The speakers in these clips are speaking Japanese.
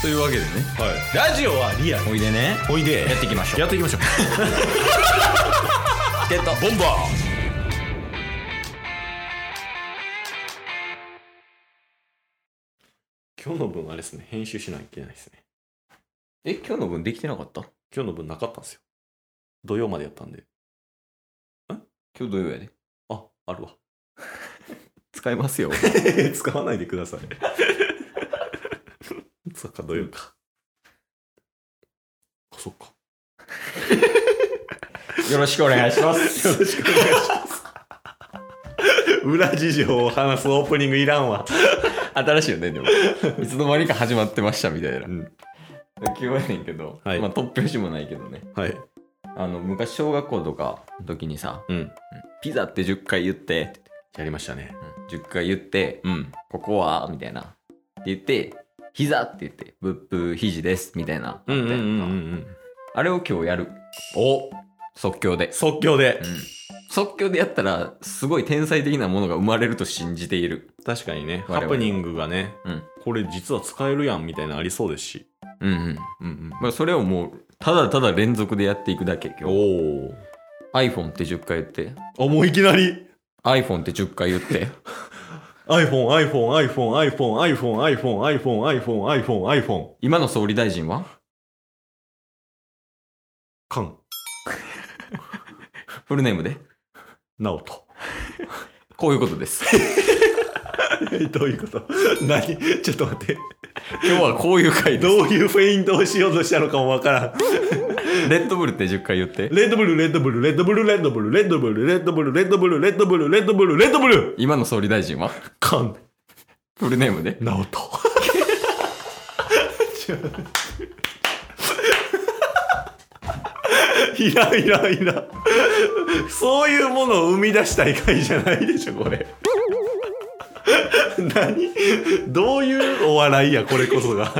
というわけでねはい、ラジオはリアルおいでねおいでやっていきましょうやっていきましょうゲットボンバー今日の分あれですね編集しないといけないですねえ今日の分できてなかった今日の分なかったんですよ土曜までやったんで今日土曜やでああるわ使いますよ 使わないでください そっか土曜か、あそっかよろしくお願いしまよろしくお願いします。裏事情を話すオープニングいらんわ。 新しいよねでもいつの間にか始まってましたみたいなうん、急やねんけど、はいまあ突拍子もないけどねはい。あの昔小学校とかの時にさうん。ピザって10回言ってってやりましたね。言って10回言ってうん。ここはみたいなって言って膝って言ってブッブー肘ですみたいなうんうんうんうんうん。あれを今日やるお即興で、即興でう。ん、即興でやったらすごい天才的なものが生まれると信じている確かにね、我々ハプニングがね、うんこれ実は使えるやんみたいなのありそうですし。うんうんうんまあそれをもうただただ連続でやっていくだけ今お日お。 iPhone って10回言ってあ、もういきなり iPhone って10回言って iPhone、iPhone、iPhone、iPhone、iPhone、iPhone、iPhone、iPhone、iPhone、iPhone。今の総理大臣はカン、フルネームでナオト。こういうことです どういうこと 何ちょっと待って。今日はこういう回ですどういうフェイントをしようとしたのかもわからん。レッドブルって10回言ってレッドブル、レッドブル、レッドブル、レッドブル、レッドブル、レッドブル、レッドブル、レッドブル、レッドブル、レッドブル、今の総理大臣はカン、フルネームでナオト。 いらんいらんいらんそういうものを生み出したい回じゃないでしょこれ 何どういうお笑いやこれこそが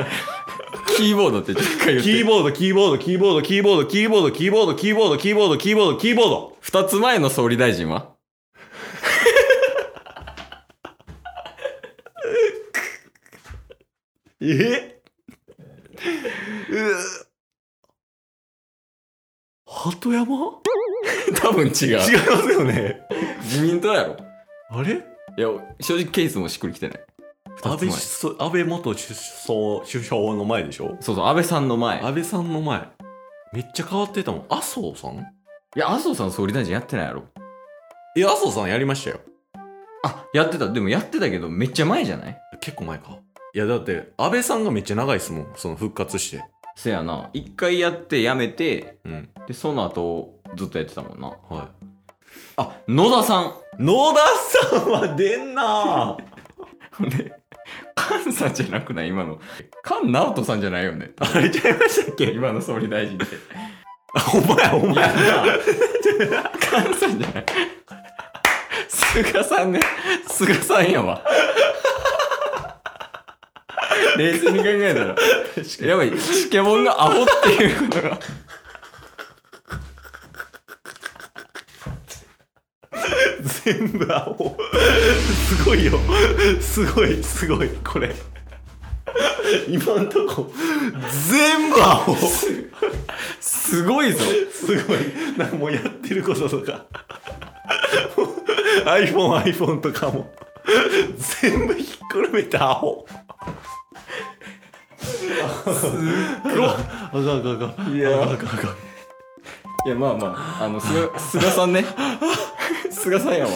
キーボードって10回言っ キーてボードキーボードキーボードキーボードキーボードキーボードキーボードキーボードキーボードキーボード2つ前の総理大臣はえ う鳩山 多分違う違いますよね自民党やろあれいや正直ケースもしっくりきてない安二つ倍前首相安倍元首相首相の前でしょそうそう安倍さんの前安倍さんの前めっちゃ変わってたもん麻生さんいや麻生さん総理大臣やってないやろいや麻生さんやりましたよあやってたでもやってたけどめっちゃ前じゃない結構前かいやだって安倍さんがめっちゃ長いですもんその復活してせやな一回やってやめてうんでその後ずっとやってたもんなはいあ野田さん 野田さんは出んな ぁほんで菅さんじゃなくない今の菅直人さんじゃないよねあれちゃいましたっけ今の総理大臣ってあお前おい や前な菅さんじゃない菅さんね菅さんやわ冷静に考えたらやばいチケモンがアホっていうことが全部青すごいよすごいすごいこれ今んとこ全部青すすごいぞごいなんかもうやってることとか iPhoneiPhone とかも全部ひっくるめて青黒あかんあかんあかんいやあかんあかんいやまあまああの菅 菅さんね菅さんやわ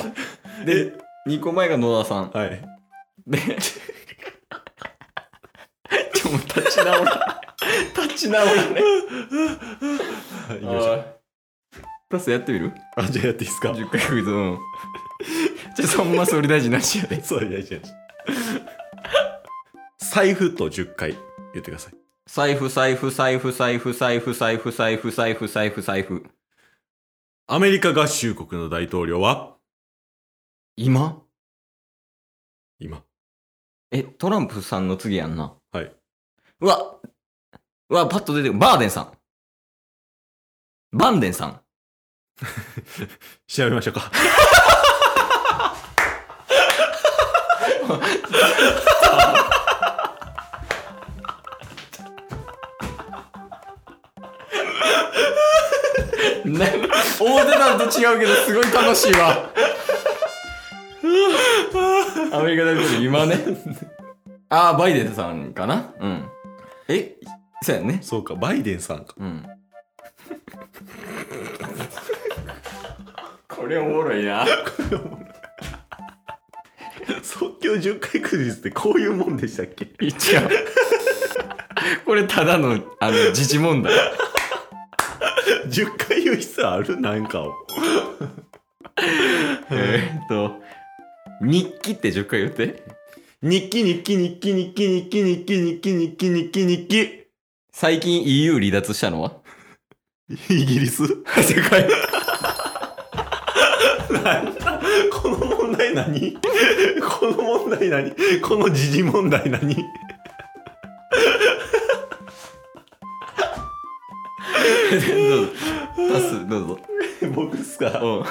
で2個前が野田さんはい でちょもう立ち直ら立ち直らねはい行きましょうプラスやってみるあじゃあやっていいですか ?10 回クイズうんじゃあそんま総理大臣なしやでそういやいやいや財布と10回言ってください財布財布財布財布財布財布財布財布財布財布アメリカ合衆国の大統領は今今えトランプさんの次やんなはいうわうわパッと出てくるバーデンさんバンデンさん調べましょうかんと違うけどすごい楽しいわアメリカ大統領今ねああバイデンさんかなうんえそうやねそうかバイデンさんかうんこれおも ろいな即興10回クイズってこういうもんでしたっけ一応これただのあの自治問題10回言う必要あるなんかを えーっと日記って10回言って日記日記日記日記日記日記日記日記日記日記最近 EU 離脱したのはイギリス 世 界この問題何この問題何この時事問題何どうぞパスどうぞ僕っすかうん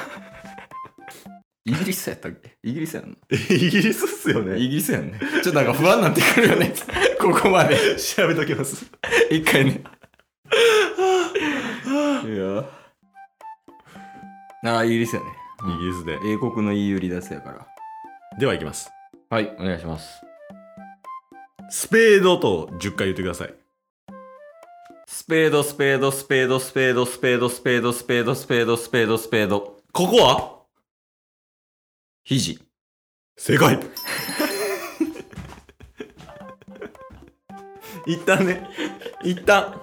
イギリスやったっけイギリスやんイギリスっすよなねイギリスやんねちょっとなんか不安になってくるよねここまで調べときます 一回ねいやああイギリスやね、イギリスで英国の EU 離脱やからではいきますはいお願いしますスペードと10回言ってくださいスペードスペードスペードスペードスペードスペードスペードスペードスペードスペードここは肘正解 一旦ね一旦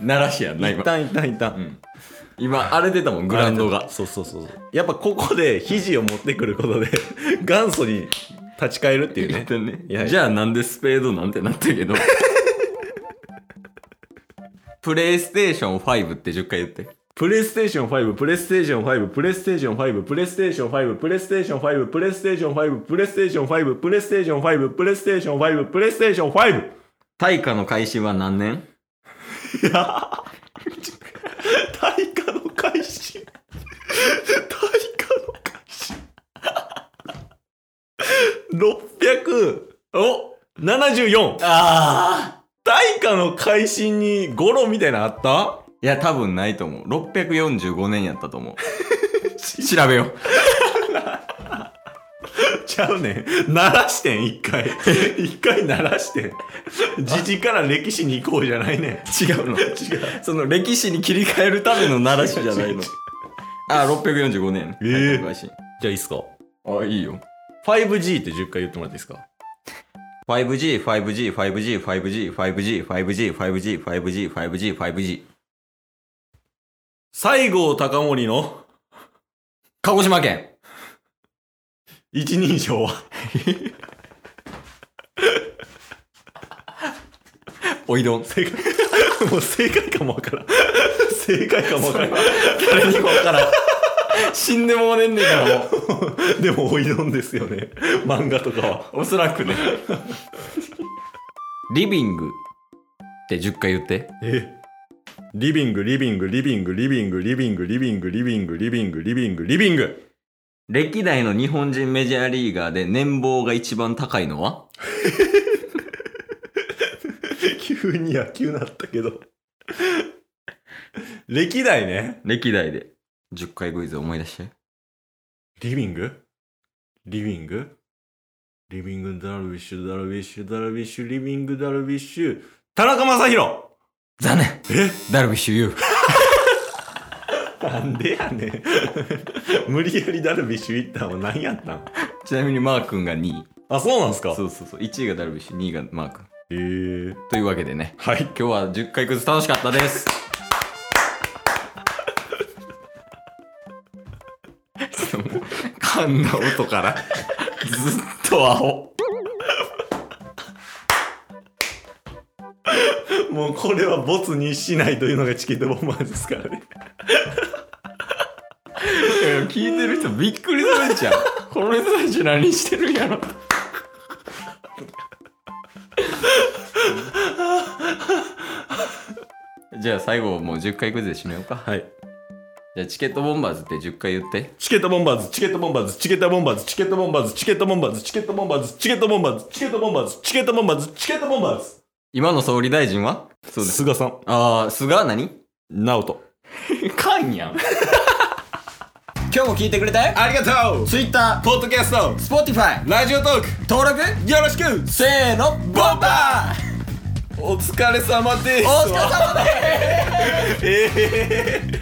鳴らしやんな一今旦一旦一旦うん今荒れてたもんグラウンドがそうそうそうそうやっぱここで肘を持ってくることで 元祖に立ち返るっていうね言ってんねいやいやじゃあなんでスペードなんてなったけど プレイステーション5って10回言ってプレイステーション5プレイステーション5プレイステーション5プレイステーション5プレイステーション5プレイステーション5プレイステーション5プレイステーション5プレイステーション5プレイステーション 5! 大化の開始は何年いや大化の開始大化の開始600お74ああ大化の改新にゴロみたいなのあったいや多分ないと思う645年やったと思 う調べようちゃうねん鳴らしてん一 回一回鳴らしてん時事から歴史に行こうじゃないね違うのん違うその歴史に切り替えるための鳴らしじゃない違う違うの ああ645年えー大化の開始じゃあいいっすかあいいよ 5G って10回言ってもらっていいですか 5G、5G、5G、5G、5G、5G、5G、5G、5G、5G。西郷隆盛の鹿児島県。一人称はおいどん。正解もう正解かもわからん正解かもわからん誰にもわからん。死んでもねんねんからもでもおいどんですよね漫画とかはう。おそらくね。リビングって10回言って。えリビングリビングリビングリビングリビングリビングリビングリビングリビングリビング歴代の日本人メジャーリーガーで年俸が一番高いのは 急に野球なったけど歴代ね歴代で。10回クイズ思い出して。リビングリビングリビングダルビッシュダルビッシュダルビッシュリビングダルビッシュ田中将大残念えダルビッシュ有。なんでやねん 無理やりダルビッシュ行ったんは何やったんちなみにマー君が2位。あそうなんすかそうそうそう。1位がダルビッシュ、2位がマー君。えー、というわけでね。はい今日は10回クイズ楽しかった です。噛んだ音からずっと青。もうこれはボツにしないというのがチケットボンバーズですからね聞いてる人びっくりするんちゃうこの人たち何してるんやろじゃあ最後もう10回クイズで締めようか。はいじゃあチケットボンバーズって10回言って。チケットボンバーズチケットボンバーズチケットボンバーズチケットボンバーズチケットボンバーズチケットボンバーズチケットボンバーズチケットボンバーズチケットボンバーズチケットボンバーズ今の総理大臣はそうです。菅さんああ、菅何直人かんやん。 今日も聞いてくれてありがとう Twitter、ポッドキャスト Spotify、ラジオトーク登録よろしくせーの、ボンバーお疲れ様ですお疲れ様ですええー